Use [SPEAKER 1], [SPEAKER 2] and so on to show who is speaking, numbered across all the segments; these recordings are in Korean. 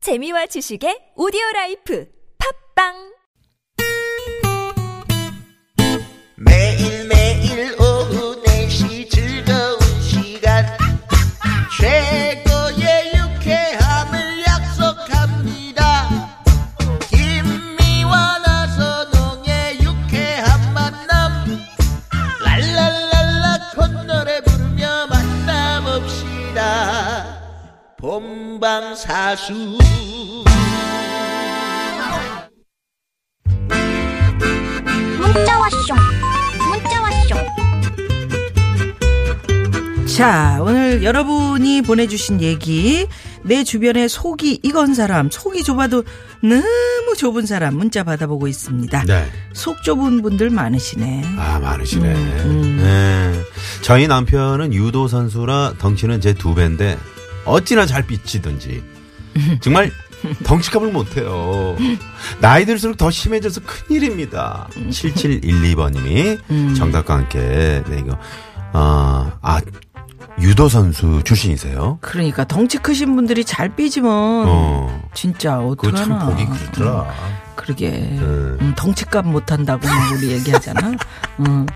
[SPEAKER 1] 재미와 지식의 오디오 라이프 팝빵
[SPEAKER 2] 매일매일 오후 4시 즐거운 시간 최고의 유쾌함을 약속합니다 김미와 나선홍의 유쾌한 만남 랄랄랄라 콧노래 부르며 만남없시다 본방사수
[SPEAKER 3] 문자 왔쇼 문자 왔쇼
[SPEAKER 4] 자, 오늘 여러분이 보내주신 얘기, 내 주변에 속이 익은 사람, 속이 좁아도 너무 좁은 사람 문자 받아보고 있습니다.
[SPEAKER 5] 네.
[SPEAKER 4] 속 좁은 분들 많으시네.
[SPEAKER 5] 아, 많으시네. 음. 네. 저희 남편은 유도 선수라 덩치는 제 두 배인데 어찌나 잘 삐치든지 정말 덩치값을 못해요. 나이 들수록 더 심해져서 큰일입니다. 7712번님이 정답과 함께 네, 이거 어, 아 유도 선수 출신이세요?
[SPEAKER 4] 그러니까 덩치 크신 분들이 잘 삐지면 뭐.
[SPEAKER 5] 어.
[SPEAKER 4] 진짜
[SPEAKER 5] 그거 참 네.
[SPEAKER 4] 어떡하나.
[SPEAKER 5] 보기 그렇더라.
[SPEAKER 4] 그러게. 음, 덩치값 못한다고 막 우리 얘기하잖아. 음.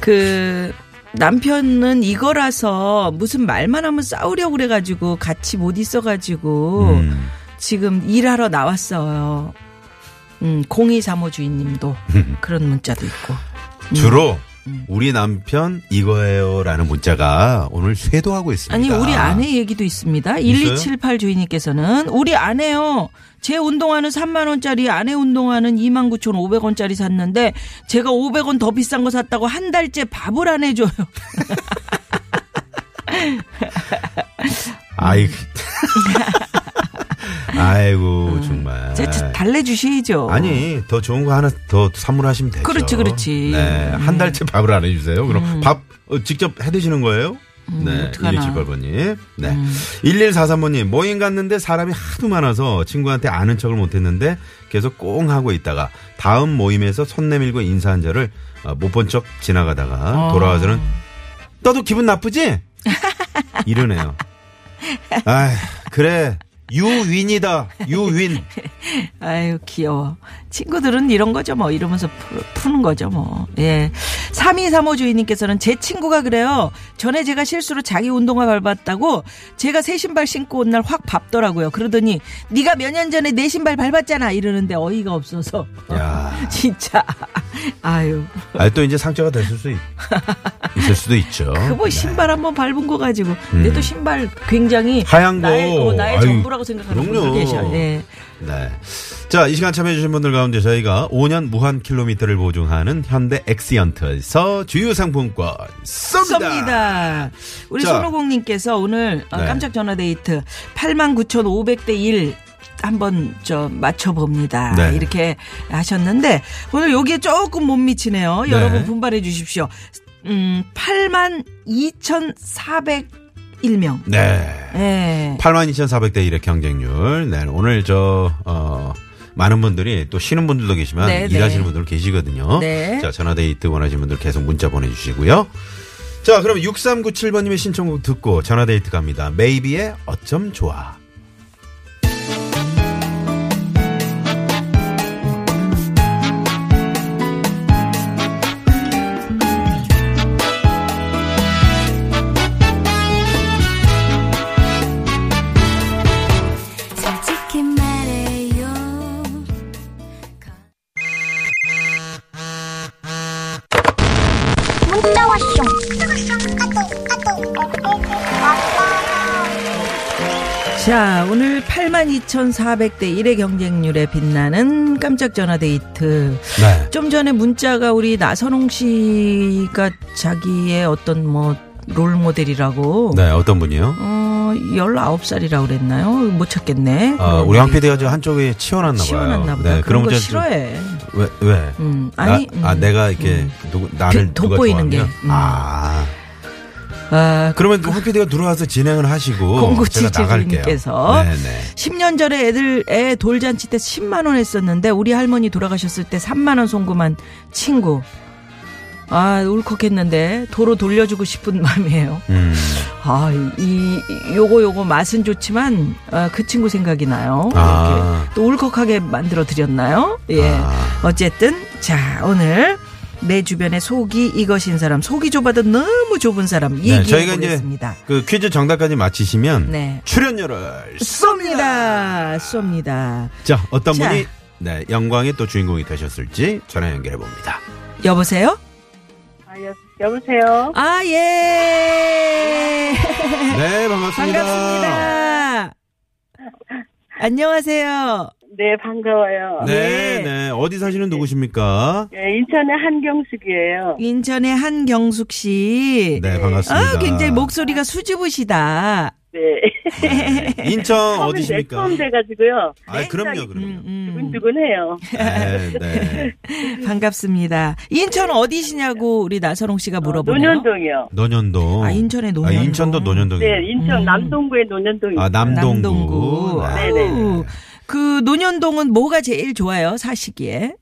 [SPEAKER 4] 그, 남편은 이거라서 무슨 말만 하면 싸우려고 그래가지고 같이 못 있어가지고
[SPEAKER 5] 음.
[SPEAKER 4] 지금 일하러 나왔어요. 음, 0235 주인님도 그런 문자도 있고. 음.
[SPEAKER 5] 주로 우리 남편 이거예요라는 문자가 오늘 쇄도하고 있습니다.
[SPEAKER 4] 아니, 우리 아내 얘기도 있습니다. 1278 주인님께서는 우리 아내요. 제 운동화는 3만원짜리, 아내 운동화는 29,500원짜리 샀는데 제가 500원 더 비싼 거 샀다고 한 달째 밥을 안 해줘요.
[SPEAKER 5] 아이 아이고 정말.
[SPEAKER 4] 제- 제- 달래주시죠.
[SPEAKER 5] 네. 아니 더 좋은 거 하나 더 선물하시면 되죠.
[SPEAKER 4] 어. 그렇지, 그렇지. 음.
[SPEAKER 5] 네, 한 달째 밥을 안 해주세요. 그럼 밥 어, 직접 해 드시는 거예요? 네,
[SPEAKER 4] 음, 어떡하나. 음.
[SPEAKER 5] 1278번님. 네. 1143번님, 모임 갔는데 사람이 하도 많아서 친구한테 아는 척을 못했는데 계속 꽁 하고 있다가 다음 모임에서 손 내밀고 인사한 저를 어, 못 본 척
[SPEAKER 4] 어.
[SPEAKER 5] 지나가다가 돌아와서는 너도 기분 나쁘지? 이러네요. 아 그래. 유윈이다. 유윈.
[SPEAKER 4] 아유, 귀여워. 친구들은 이런 거죠, 뭐. 이러면서 푸- 푸는 거죠, 뭐. 예. 3235 주인님께서는 제 친구가 그래요. 전에 제가 실수로 자기 운동화 밟았다고 제가 새 신발 신고 온 날 확 밟더라고요. 그러더니 네가 몇 년 전에 내 신발 밟았잖아. 이러는데 어이가 없어서.
[SPEAKER 5] 야.
[SPEAKER 4] 진짜. 아유.
[SPEAKER 5] 아, 또 이제 상처가 됐을 수 있, 있을 수도 있죠. 네.
[SPEAKER 4] 그뭐 신발 한번 밟은 거 가지고. 근데 또 신발 굉장히.
[SPEAKER 5] 음. 하얀 거.
[SPEAKER 4] 나의, 어, 나의
[SPEAKER 5] 아유,
[SPEAKER 4] 전부라고 생각하는
[SPEAKER 5] 그럼요.
[SPEAKER 4] 분들 계셔. 예.
[SPEAKER 5] 네. 자, 이 시간 참여해주신 분들 가운데 저희가 5년 무한 킬로미터를 보증하는 현대 엑시언트에서 주유 상품권 쏩니다.
[SPEAKER 4] 쏩니다. 우리
[SPEAKER 5] 자.
[SPEAKER 4] 손오공님께서 오늘 어,
[SPEAKER 5] 네.
[SPEAKER 4] 깜짝 전화 데이트 89,500대 1 한번 저 맞춰봅니다.
[SPEAKER 5] 네.
[SPEAKER 4] 이렇게 하셨는데 오늘 여기에 조금 못 미치네요.
[SPEAKER 5] 네.
[SPEAKER 4] 여러분 분발해 주십시오. 음, 82,401명.
[SPEAKER 5] 네.
[SPEAKER 4] 네.
[SPEAKER 5] 82,400대 1의 경쟁률. 네. 오늘 저, 어, 많은 분들이 또 쉬는 분들도 계시지만
[SPEAKER 4] 네, 네.
[SPEAKER 5] 일하시는 분들 계시거든요.
[SPEAKER 4] 네.
[SPEAKER 5] 자, 전화데이트 원하시는 분들 계속 문자 보내주시고요. 자, 그럼 6397번님의 신청곡 듣고 전화데이트 갑니다. 메이비의 어쩜 좋아.
[SPEAKER 6] 솔직히 말해요
[SPEAKER 3] 문자 왔쇼
[SPEAKER 4] 자, 오늘 82,400대 1의 경쟁률에 빛나는 깜짝 전화 데이트.
[SPEAKER 5] 네.
[SPEAKER 4] 좀 전에 문자가 우리 나선홍 씨가 자기의 어떤 뭐 롤 모델이라고
[SPEAKER 5] 네, 어떤 분이요?
[SPEAKER 4] 어 19살이라고 그랬나요? 못 찾겠네.
[SPEAKER 5] 아, 우리 황 PD가 저 한쪽에 치워놨나 봐요.
[SPEAKER 4] 시원했나 음. 보다.
[SPEAKER 5] 네,
[SPEAKER 4] 그런 거
[SPEAKER 5] 문제는 좀-
[SPEAKER 4] 싫어해.
[SPEAKER 5] 왜, 왜?
[SPEAKER 4] 음, 아니,
[SPEAKER 5] 나, 아,
[SPEAKER 4] 음.
[SPEAKER 5] 내가 이렇게 누구, 나를
[SPEAKER 4] 그-
[SPEAKER 5] 누가
[SPEAKER 4] 돋보이는 게.
[SPEAKER 5] 좋아하면?
[SPEAKER 4] 음.
[SPEAKER 5] 아.
[SPEAKER 4] 아,
[SPEAKER 5] 그러면 황 PD가 들어와서 진행을 하시고 제가 나갈게요.
[SPEAKER 4] 공구칠칠님께서
[SPEAKER 5] 네네.
[SPEAKER 4] 10년 전에 애들 애 돌잔치 때 10만 원 했었는데 우리 할머니 돌아가셨을 때 3만 원 송금한 친구 아, 울컥했는데 도로 돌려주고 싶은 마음이에요.
[SPEAKER 5] 음.
[SPEAKER 4] 아, 이, 이- 요거 요거 맛은 좋지만 아, 그 친구 생각이 나요.
[SPEAKER 5] 아.
[SPEAKER 4] 이렇게 또 울컥하게 만들어 드렸나요? 예.
[SPEAKER 5] 아.
[SPEAKER 4] 어쨌든 자 오늘 내 주변에 속이 이것인 사람, 속이 좁아도 너무 좁은 사람
[SPEAKER 5] 네,
[SPEAKER 4] 얘기해
[SPEAKER 5] 저희가 이제
[SPEAKER 4] 보겠습니다.
[SPEAKER 5] 그 퀴즈 정답까지 마치시면
[SPEAKER 4] 네.
[SPEAKER 5] 출연료를
[SPEAKER 4] 쏩니다, 쏩니다.
[SPEAKER 5] 자 어떤
[SPEAKER 4] 자.
[SPEAKER 5] 분이 네 영광의 또 주인공이 되셨을지 전화 연결해 봅니다.
[SPEAKER 4] 여보세요?
[SPEAKER 7] 아, 여, 여보세요.
[SPEAKER 4] 아 예.
[SPEAKER 5] 네 반갑습니다.
[SPEAKER 4] 반갑습니다. 안녕하세요.
[SPEAKER 7] 네, 반가워요.
[SPEAKER 5] 네,
[SPEAKER 4] 예.
[SPEAKER 5] 네. 어디 사시는 누구십니까?
[SPEAKER 7] 네, 인천의 한경숙이에요.
[SPEAKER 4] 인천의 한경숙 씨.
[SPEAKER 5] 네, 반갑습니다.
[SPEAKER 4] 아, 굉장히 목소리가 수줍으시다.
[SPEAKER 7] 네.
[SPEAKER 5] 네. 인천
[SPEAKER 7] 처음에
[SPEAKER 5] 어디십니까?
[SPEAKER 7] 처음 돼가지고요.
[SPEAKER 5] 아, 그럼요,
[SPEAKER 4] 음,
[SPEAKER 5] 그럼요.
[SPEAKER 4] 음.
[SPEAKER 7] 두근두근해요.
[SPEAKER 5] 네, 네.
[SPEAKER 4] 반갑습니다. 인천 어디시냐고 우리 나선홍 씨가 물어보네요.
[SPEAKER 7] 논현동이요.
[SPEAKER 5] 논현동.
[SPEAKER 4] 아, 인천의
[SPEAKER 5] 아,
[SPEAKER 4] 논현동.
[SPEAKER 5] 인천도 논현동이.
[SPEAKER 7] 네, 인천
[SPEAKER 4] 음.
[SPEAKER 7] 남동구의 논현동이요.
[SPEAKER 5] 아, 남동구.
[SPEAKER 4] 남동구.
[SPEAKER 5] 네.
[SPEAKER 4] 아우, 그 논현동은 뭐가 제일 좋아요? 사시기에.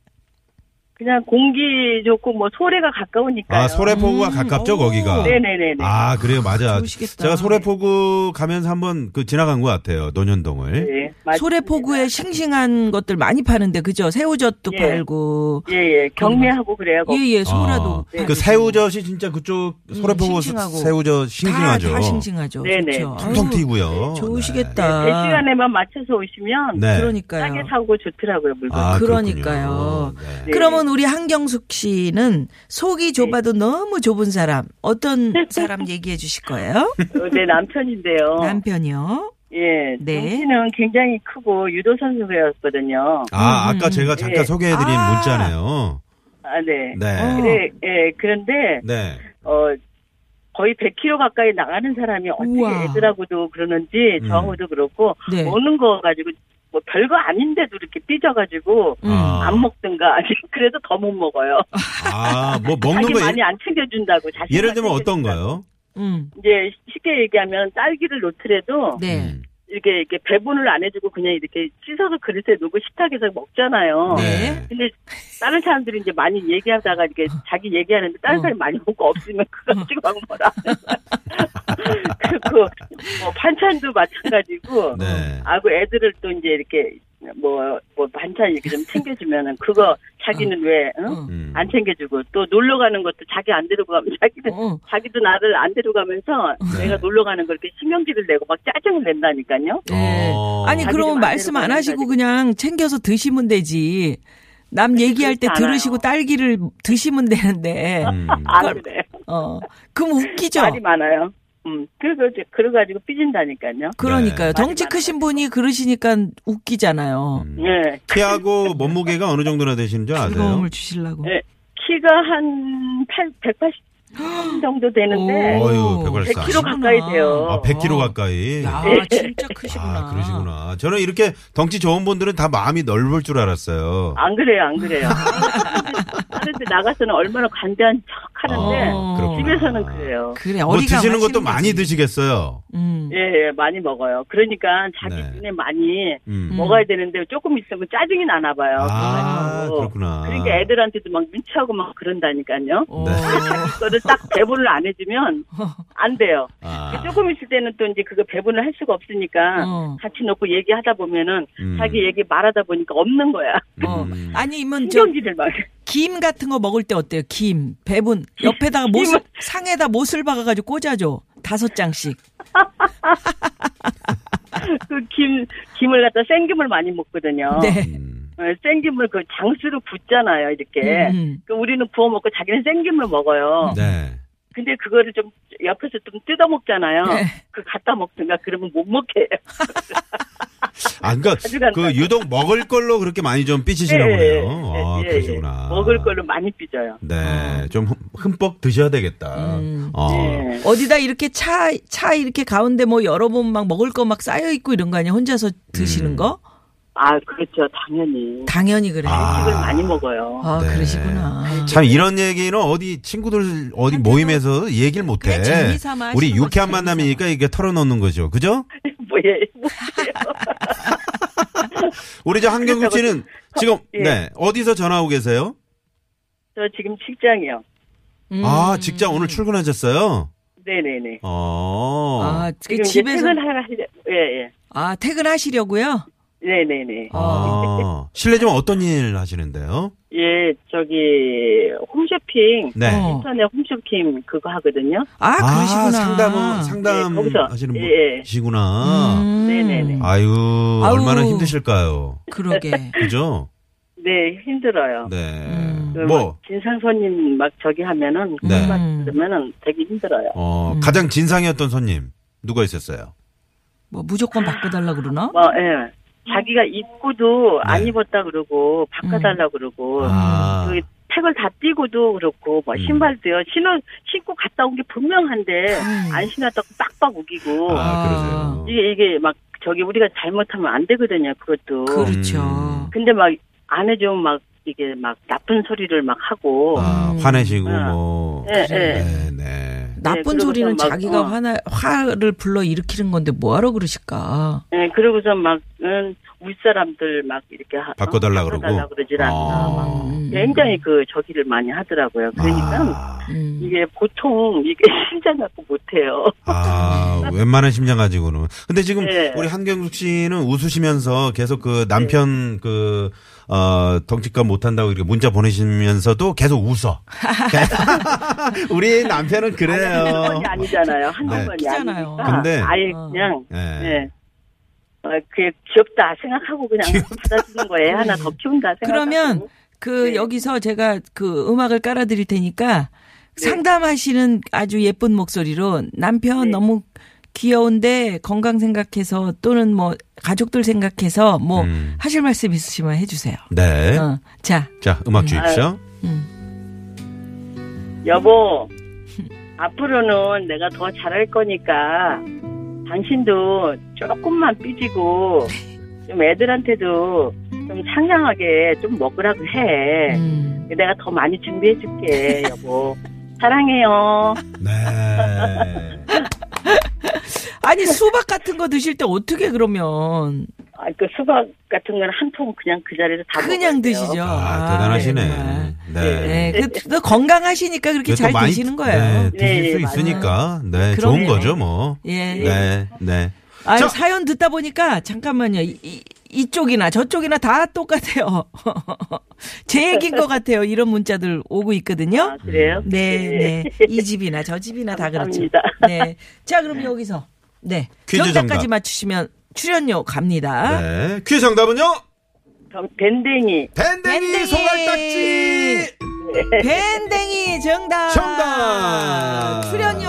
[SPEAKER 7] 그냥 공기 좋고 뭐 소래가 가까우니까요.
[SPEAKER 5] 아, 소래포구가
[SPEAKER 4] 음,
[SPEAKER 5] 가깝죠,
[SPEAKER 4] 오.
[SPEAKER 5] 거기가.
[SPEAKER 7] 네네네네.
[SPEAKER 5] 아, 그래요, 맞아.
[SPEAKER 4] 좋으시겠다.
[SPEAKER 5] 제가 소래포구 가면서 한번 그 지나간 것 같아요, 논현동을.
[SPEAKER 7] 네, 맞습니다.
[SPEAKER 4] 소래포구에 싱싱한 것들 많이 파는데 그죠? 새우젓도
[SPEAKER 7] 예.
[SPEAKER 4] 팔고.
[SPEAKER 7] 예, 예. 경매하고 그래요. 거기.
[SPEAKER 4] 예예 소라도. 네. 음,
[SPEAKER 5] 아, 그 새우젓이 진짜 그쪽 소래포구
[SPEAKER 4] 싱싱하고.
[SPEAKER 5] 새우젓 싱싱하죠.
[SPEAKER 4] 다, 다 싱싱하죠.
[SPEAKER 7] 네네.
[SPEAKER 4] 그렇죠.
[SPEAKER 5] 통통
[SPEAKER 4] 아유,
[SPEAKER 5] 튀고요.
[SPEAKER 4] 좋으시겠다.
[SPEAKER 7] 제그 시간에만 맞춰서 오시면
[SPEAKER 5] 네. 네.
[SPEAKER 4] 아. 그러니까요.
[SPEAKER 7] 싸게 사고 좋더라고요, 물건.
[SPEAKER 5] 아,
[SPEAKER 4] 그러니까요.
[SPEAKER 5] 그렇군요. 네.
[SPEAKER 7] 네.
[SPEAKER 4] 그러면 우리 한경숙 씨는 속이 좁아도 너무 좁은 사람 어떤 사람 얘기해 주실 거예요?
[SPEAKER 7] 어, 내 남편인데요.
[SPEAKER 4] 남편이요.
[SPEAKER 7] 예,
[SPEAKER 4] 네.
[SPEAKER 7] 정신은 굉장히 크고 유도 선수였거든요.
[SPEAKER 5] 아,
[SPEAKER 4] 음,
[SPEAKER 5] 아까
[SPEAKER 4] 음.
[SPEAKER 5] 제가 잠깐
[SPEAKER 7] 예.
[SPEAKER 5] 소개해드린
[SPEAKER 4] 아.
[SPEAKER 5] 문자네요.
[SPEAKER 7] 아, 네.
[SPEAKER 5] 네.
[SPEAKER 4] 어.
[SPEAKER 7] 그래, 예, 그런데
[SPEAKER 5] 네.
[SPEAKER 7] 어 거의 100km 가까이 나가는 사람이 어떻게
[SPEAKER 4] 우와.
[SPEAKER 7] 애들하고도 그러는지
[SPEAKER 5] 음.
[SPEAKER 7] 저하고도 그렇고
[SPEAKER 4] 네.
[SPEAKER 7] 먹는 거 가지고 뭐 별거 아닌데도 이렇게 삐져가지고
[SPEAKER 4] 음.
[SPEAKER 5] 아.
[SPEAKER 7] 안 먹든가 아니, 그래서 더 못 먹어요.
[SPEAKER 5] 아, 뭐 먹는
[SPEAKER 7] 자기
[SPEAKER 5] 거
[SPEAKER 7] 많이 안 챙겨준다고 자신
[SPEAKER 5] 예를 들면 어떤 거요?
[SPEAKER 4] 음.
[SPEAKER 7] 이제 쉽게 얘기하면 딸기를 놓더라도
[SPEAKER 4] 네.
[SPEAKER 5] 음.
[SPEAKER 7] 이렇게 이렇게 배분을 안 해주고 그냥 이렇게 씻어서 그릇에 놓고 식탁에서 먹잖아요.
[SPEAKER 5] 네.
[SPEAKER 7] 근데 다른 사람들이 이제 많이 얘기하다가 이게 자기 얘기하는데 다른
[SPEAKER 4] 어.
[SPEAKER 7] 사람이 많이 먹고 없으면 그거 가지고 막 뭐라. 그리고 뭐 반찬도 마찬가지고.
[SPEAKER 5] 네.
[SPEAKER 7] 아고 그 애들을 또 이제 이렇게 뭐 뭐 반찬 이렇게 좀 챙겨주면은 그거 자기는 왜 응?
[SPEAKER 4] 어.
[SPEAKER 5] 음.
[SPEAKER 7] 안 챙겨주고 또 놀러 가는 것도 자기 안 데려가면 자기는
[SPEAKER 4] 어.
[SPEAKER 7] 자기도 나를 안 데려가면서
[SPEAKER 5] 네.
[SPEAKER 7] 내가 놀러 가는 걸 이렇게 신경질을 내고 막 짜증을 낸다니까요.
[SPEAKER 4] 네.
[SPEAKER 5] 어.
[SPEAKER 4] 아니
[SPEAKER 7] 자기
[SPEAKER 4] 그러면
[SPEAKER 7] 좀
[SPEAKER 4] 말씀 안
[SPEAKER 7] 만들어
[SPEAKER 4] 하시고
[SPEAKER 7] 가지고.
[SPEAKER 4] 그냥 챙겨서 드시면 되지. 남 얘기할 때
[SPEAKER 7] 그렇지 않아요.
[SPEAKER 4] 들으시고 딸기를 드시면 되는데.
[SPEAKER 5] 음.
[SPEAKER 7] 안
[SPEAKER 4] 그걸-
[SPEAKER 7] 그래.
[SPEAKER 4] 어. 그럼 웃기죠.
[SPEAKER 7] 아, 말이 많아요. 음, 그래서 이제 그래가지고 삐진다니까요.
[SPEAKER 4] 그러니까요.
[SPEAKER 5] 네.
[SPEAKER 4] 덩치
[SPEAKER 7] 말이
[SPEAKER 4] 크신 분이 그러시니까 웃기잖아요.
[SPEAKER 5] 음.
[SPEAKER 7] 예.
[SPEAKER 5] 키하고 몸무게가 어느 정도나 되시는 줄 아세요?
[SPEAKER 4] 즐거움을 주시려고.
[SPEAKER 7] 네. 키가 한 8, 180 정도 되는데
[SPEAKER 5] 오. 어휴, 180.
[SPEAKER 7] 100kg 가까이 돼요.
[SPEAKER 5] 아, 100kg 가까이.
[SPEAKER 4] 야,
[SPEAKER 7] 아,
[SPEAKER 4] 진짜 크시구나.
[SPEAKER 5] 아, 그러시구나. 저는 이렇게 덩치 좋은 분들은 다 마음이 넓을 줄 알았어요.
[SPEAKER 7] 안 그래요, 안 그래요. 다른데 나가서는 얼마나 관대한 척 하는데
[SPEAKER 4] 어.
[SPEAKER 5] 그렇구나.
[SPEAKER 7] 집에서는 그래요.
[SPEAKER 4] 그래,
[SPEAKER 5] 뭐
[SPEAKER 4] 어디가
[SPEAKER 5] 드시는 것도
[SPEAKER 4] 맛있는
[SPEAKER 5] 많이
[SPEAKER 4] 거지.
[SPEAKER 5] 드시겠어요.
[SPEAKER 4] 음.
[SPEAKER 7] 예, 예, 많이 먹어요. 그러니까 자기
[SPEAKER 5] 아. 네.
[SPEAKER 7] 눈에 많이
[SPEAKER 5] 음.
[SPEAKER 7] 먹어야 되는데 조금 있으면 짜증이 나나 봐요.
[SPEAKER 5] 아,
[SPEAKER 7] 뭐, 그래가지고.
[SPEAKER 5] 그렇구나.
[SPEAKER 7] 그러니까 애들한테도 막 눈치하고 막 그런다니까요.
[SPEAKER 4] 어.
[SPEAKER 5] 네.
[SPEAKER 7] 그거를 딱 배분을 안 해주면 안 돼요.
[SPEAKER 5] 아.
[SPEAKER 7] 조금 있을 때는 또 이제 그거 배분을 할 수가 없으니까
[SPEAKER 4] 어.
[SPEAKER 7] 같이 놓고 얘기하다 보면은
[SPEAKER 5] 음.
[SPEAKER 7] 자기 얘기 말하다 보니까 없는 거야.
[SPEAKER 4] 어.
[SPEAKER 5] 음.
[SPEAKER 4] 아니면
[SPEAKER 7] 신경질을 막.
[SPEAKER 4] 저 김 같은 거 먹을 때 어때요? 김, 배분 옆에다가 못을 상에다 못을 박아가지고 꽂아줘 다섯 장씩.
[SPEAKER 7] 그 김 김을 갖다 생김을 많이 먹거든요.
[SPEAKER 4] 네.
[SPEAKER 5] 음.
[SPEAKER 7] 어, 생김을 그 장수로 붓잖아요, 이렇게.
[SPEAKER 4] 음.
[SPEAKER 7] 그 우리는 부어 먹고 자기는 생김을 먹어요.
[SPEAKER 5] 네.
[SPEAKER 7] 근데 그거를 좀 옆에서 좀 뜯어 먹잖아요.
[SPEAKER 4] 네.
[SPEAKER 7] 그 갖다 먹든가 그러면 못 먹게.
[SPEAKER 5] 아, 그러니까
[SPEAKER 7] 가져가는
[SPEAKER 5] 그 유독 먹을 걸로 그렇게 많이 좀
[SPEAKER 7] 예.
[SPEAKER 5] 삐치시나 보네요. 아, 그러시구나.
[SPEAKER 7] 먹을 걸로 많이 삐져요.
[SPEAKER 5] 네, 좀 흠- 흠뻑 드셔야 되겠다.
[SPEAKER 4] 음.
[SPEAKER 5] 어.
[SPEAKER 7] 예.
[SPEAKER 4] 어디다 이렇게 차, 차 이렇게 가운데 뭐 여러 번 막 먹을 거 막 쌓여 있고 이런 거 아니야? 혼자서 드시는
[SPEAKER 5] 음.
[SPEAKER 4] 거?
[SPEAKER 7] 아 그렇죠, 당연히.
[SPEAKER 4] 당연히 그래. 아,
[SPEAKER 5] 아.
[SPEAKER 7] 이걸 많이 먹어요.
[SPEAKER 5] 네.
[SPEAKER 4] 그러시구나.
[SPEAKER 5] 참 이런 얘기는 어디 친구들 어디 모임에서 얘기를 못해.
[SPEAKER 4] 그냥 재미삼아 하시는
[SPEAKER 5] 네. 우리
[SPEAKER 4] 거죠,
[SPEAKER 5] 유쾌한
[SPEAKER 4] 재미삼아.
[SPEAKER 5] 만남이니까 이게 털어놓는 거죠, 그죠?
[SPEAKER 7] 뭐예? 뭐,
[SPEAKER 5] 우리 저 한경국
[SPEAKER 7] 그렇다고
[SPEAKER 5] 씨는 지금
[SPEAKER 7] 예.
[SPEAKER 5] 네 어디서 전화 오고 계세요?
[SPEAKER 7] 저 지금 직장이요.
[SPEAKER 4] 음.
[SPEAKER 5] 아, 직장 오늘 출근하셨어요?
[SPEAKER 7] 네네네.
[SPEAKER 5] 어.
[SPEAKER 4] 아,
[SPEAKER 7] 지금
[SPEAKER 4] 그
[SPEAKER 7] 이제
[SPEAKER 4] 집에서
[SPEAKER 7] 퇴근하려, 예, 예.
[SPEAKER 4] 아 퇴근하시려고요?
[SPEAKER 7] 네네네.
[SPEAKER 4] 어.
[SPEAKER 5] 아, 실례지만 어떤 일 하시는데요?
[SPEAKER 7] 예, 저기, 홈쇼핑,
[SPEAKER 5] 네.
[SPEAKER 4] 어.
[SPEAKER 7] 인터넷 홈쇼핑 그거 하거든요.
[SPEAKER 4] 아, 그러시구나.
[SPEAKER 5] 상담, 상담
[SPEAKER 7] 예, 거기서,
[SPEAKER 5] 하시는
[SPEAKER 7] 예, 음. 예.
[SPEAKER 5] 분이시구나.
[SPEAKER 7] 네네네.
[SPEAKER 5] 아유,
[SPEAKER 4] 아우.
[SPEAKER 5] 얼마나 힘드실까요?
[SPEAKER 4] 음. 그러게.
[SPEAKER 5] 그죠?
[SPEAKER 7] 네, 힘들어요.
[SPEAKER 5] 네.
[SPEAKER 4] 음.
[SPEAKER 7] 그
[SPEAKER 5] 뭐,
[SPEAKER 7] 막 진상 손님 막 저기 하면은,
[SPEAKER 5] 네.
[SPEAKER 7] 그거 들으면은 되게 힘들어요.
[SPEAKER 5] 어, 가장 진상이었던 손님, 누가 있었어요?
[SPEAKER 4] 뭐 무조건 바꿔달라 그러나?
[SPEAKER 7] 뭐, 예. 자기가 입고도 안
[SPEAKER 5] 네.
[SPEAKER 7] 입었다 그러고, 바꿔달라
[SPEAKER 4] 음.
[SPEAKER 7] 그러고,
[SPEAKER 5] 아.
[SPEAKER 7] 그 택을 다 띄고도 그렇고, 뭐,
[SPEAKER 5] 음.
[SPEAKER 7] 신발도요, 신어, 신고 갔다 온 게 분명한데,
[SPEAKER 4] 음.
[SPEAKER 7] 안 신었다고 빡빡 우기고,
[SPEAKER 5] 아, 그러세요.
[SPEAKER 7] 이게, 이게 막, 저기 우리가 잘못하면 안 되거든요, 그것도.
[SPEAKER 5] 음.
[SPEAKER 4] 그렇죠.
[SPEAKER 7] 근데 막, 안에 좀 막, 이게 막, 나쁜 소리를 막 하고,
[SPEAKER 5] 아,
[SPEAKER 4] 음.
[SPEAKER 5] 화내시고,
[SPEAKER 7] 아.
[SPEAKER 5] 뭐.
[SPEAKER 7] 예, 예.
[SPEAKER 5] 네, 네.
[SPEAKER 4] 나쁜
[SPEAKER 7] 그러고서
[SPEAKER 4] 소리는
[SPEAKER 7] 막,
[SPEAKER 4] 자기가
[SPEAKER 7] 어.
[SPEAKER 4] 화나, 화를 불러 일으키는 건데 뭐하러 그러실까?
[SPEAKER 7] 예, 그러고서 막, 응, 울 사람들 막, 이렇게. 하-
[SPEAKER 5] 바꿔달라
[SPEAKER 7] 어,
[SPEAKER 5] 그러고.
[SPEAKER 7] 바꿔달라 그러질 않나. 막
[SPEAKER 5] 아.
[SPEAKER 4] 음.
[SPEAKER 7] 굉장히 그, 저기를 많이 하더라고요. 그러니까,
[SPEAKER 5] 아,
[SPEAKER 4] 음.
[SPEAKER 7] 이게 보통 이게 심장 갖고 못해요.
[SPEAKER 5] 아, 웬만한 심장 가지고는. 근데 지금
[SPEAKER 7] 네.
[SPEAKER 5] 우리 한경숙 씨는 웃으시면서 계속 그
[SPEAKER 7] 네.
[SPEAKER 5] 남편 그, 어, 덩치값 못한다고 이렇게 문자 보내시면서도 계속 웃어. 우리 남편은
[SPEAKER 7] 한두
[SPEAKER 5] 그래요.
[SPEAKER 7] 번이 아니잖아요. 한두
[SPEAKER 5] 네.
[SPEAKER 7] 번이
[SPEAKER 4] 웃기잖아요.
[SPEAKER 7] 아니니까
[SPEAKER 5] 근데-
[SPEAKER 7] 아예
[SPEAKER 4] 어.
[SPEAKER 7] 그냥
[SPEAKER 5] 네.
[SPEAKER 7] 네. 어, 그게 귀엽다 생각하고 그냥 받아주는 거예요. 하나 더 키운다 생각.
[SPEAKER 4] 네. 그러면 그
[SPEAKER 7] 네.
[SPEAKER 4] 여기서 제가 그 음악을 깔아드릴 테니까 상담하시는 아주 예쁜 목소리로 남편
[SPEAKER 7] 네.
[SPEAKER 4] 너무 귀여운데 건강 생각해서 또는 뭐 가족들 생각해서 뭐
[SPEAKER 5] 음.
[SPEAKER 4] 하실 말씀 있으시면 해주세요.
[SPEAKER 5] 네.
[SPEAKER 4] 어, 자,
[SPEAKER 5] 자, 음악 주십시오.
[SPEAKER 7] 여보 앞으로는 내가 더 잘할 거니까 당신도 조금만 삐지고 좀 애들한테도 좀 상냥하게 좀 먹으라고 해.
[SPEAKER 4] 음.
[SPEAKER 7] 내가 더 많이 준비해줄게 여보. 사랑해요.
[SPEAKER 5] 네.
[SPEAKER 4] 아니 수박 같은 거 드실 때 어떻게 그러면
[SPEAKER 7] 아, 그 수박 같은 건 한 통 그냥 그 자리에서 다
[SPEAKER 4] 그냥
[SPEAKER 7] 먹어야 돼요.
[SPEAKER 4] 드시죠.
[SPEAKER 5] 아,
[SPEAKER 4] 정말.
[SPEAKER 5] 대단하시네. 네.
[SPEAKER 4] 네, 그, 그 건강하시니까 그렇게
[SPEAKER 5] 그래도
[SPEAKER 4] 잘
[SPEAKER 5] 많이
[SPEAKER 4] 드시는 거예요.
[SPEAKER 5] 네, 드실
[SPEAKER 7] 네,
[SPEAKER 5] 수
[SPEAKER 7] 맞아요.
[SPEAKER 5] 있으니까. 네, 좋은
[SPEAKER 4] 그럼요.
[SPEAKER 5] 거죠, 뭐.
[SPEAKER 4] 예.
[SPEAKER 5] 네, 네.
[SPEAKER 4] 아
[SPEAKER 5] 자.
[SPEAKER 4] 사연 듣다 보니까 잠깐만요. 이, 쪽이나 저쪽이나 다 똑같아요. 제 얘기인 것 같아요. 이런 문자들 오고
[SPEAKER 7] 아,
[SPEAKER 4] 있거든요.
[SPEAKER 7] 그래요?
[SPEAKER 4] 네, 네. 이 집이나 저 집이나 다 그렇죠.
[SPEAKER 7] 감사합니다.
[SPEAKER 4] 네. 자, 그럼 여기서 네.
[SPEAKER 5] 퀴즈
[SPEAKER 4] 정답까지
[SPEAKER 5] 정답.
[SPEAKER 4] 맞추시면 출연료 갑니다.
[SPEAKER 5] 네. 퀴즈 정답은요?
[SPEAKER 7] 그럼 밴댕이.
[SPEAKER 5] 밴댕이
[SPEAKER 4] 밴댕이.
[SPEAKER 5] 소갈딱지! 네.
[SPEAKER 4] 밴댕이 정답.
[SPEAKER 5] 정답!
[SPEAKER 4] 출연료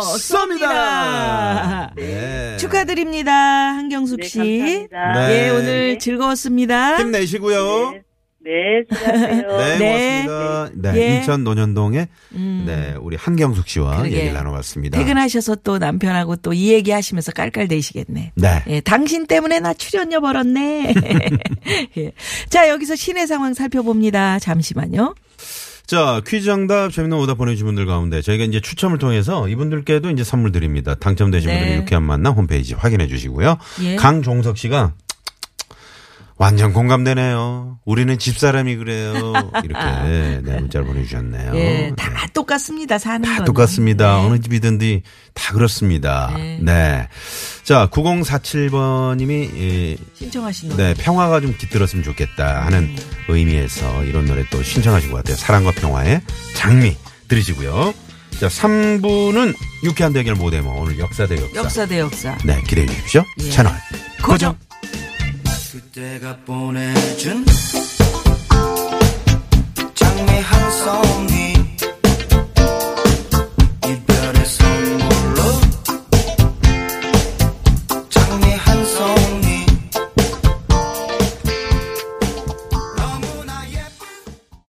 [SPEAKER 5] 쏩니다!
[SPEAKER 4] 쏩니다.
[SPEAKER 5] 네.
[SPEAKER 4] 어, 축하드립니다. 한경숙
[SPEAKER 7] 네,
[SPEAKER 4] 씨.
[SPEAKER 7] 감사합니다.
[SPEAKER 5] 네.
[SPEAKER 4] 예, 오늘 즐거웠습니다.
[SPEAKER 5] 힘내시고요. 네.
[SPEAKER 7] 네, 수고하세요.
[SPEAKER 4] 네.
[SPEAKER 5] 고맙습니다. 네,
[SPEAKER 4] 예. 음.
[SPEAKER 5] 인천 논현동에 네 우리 한경숙 씨와
[SPEAKER 4] 그러게.
[SPEAKER 5] 얘기를 나눠봤습니다.
[SPEAKER 4] 퇴근하셔서 또 남편하고 또 이 얘기 하시면서 깔깔대시겠네.
[SPEAKER 5] 네.
[SPEAKER 4] 예, 당신 때문에 나 출연료 벌었네. 예. 자, 여기서 시내 상황 살펴봅니다. 잠시만요.
[SPEAKER 5] 자, 퀴즈 정답 재밌는 오답 보내주신 분들 가운데 저희가 이제 추첨을 통해서 이분들께도 이제 선물 드립니다. 당첨되신
[SPEAKER 4] 네.
[SPEAKER 5] 분들은 유쾌한 만남 홈페이지 확인해 주시고요.
[SPEAKER 4] 예.
[SPEAKER 5] 강종석 씨가 완전 공감되네요. 우리는 집사람이 그래요. 이렇게 네, 문자를 보내주셨네요.
[SPEAKER 4] 예, 다
[SPEAKER 5] 네.
[SPEAKER 4] 똑같습니다. 사는 네.
[SPEAKER 5] 다
[SPEAKER 4] 건.
[SPEAKER 5] 똑같습니다. 어느 집이든지 다 그렇습니다. 네.
[SPEAKER 4] 네.
[SPEAKER 5] 자, 9047번님이 이,
[SPEAKER 4] 신청하신 노래.
[SPEAKER 5] 네, 평화가 좀 깃들었으면 좋겠다 하는 의미에서 이런 노래 또 신청하신 것 같아요. 사랑과 평화의 장미 들으시고요. 자, 3부는 유쾌한 대결 모데모 오늘 역사 대 역사.
[SPEAKER 4] 역사 대 역사.
[SPEAKER 5] 네, 기대해 주십시오.
[SPEAKER 4] 예.
[SPEAKER 5] 채널
[SPEAKER 4] 고정.
[SPEAKER 2] 그때가 보내준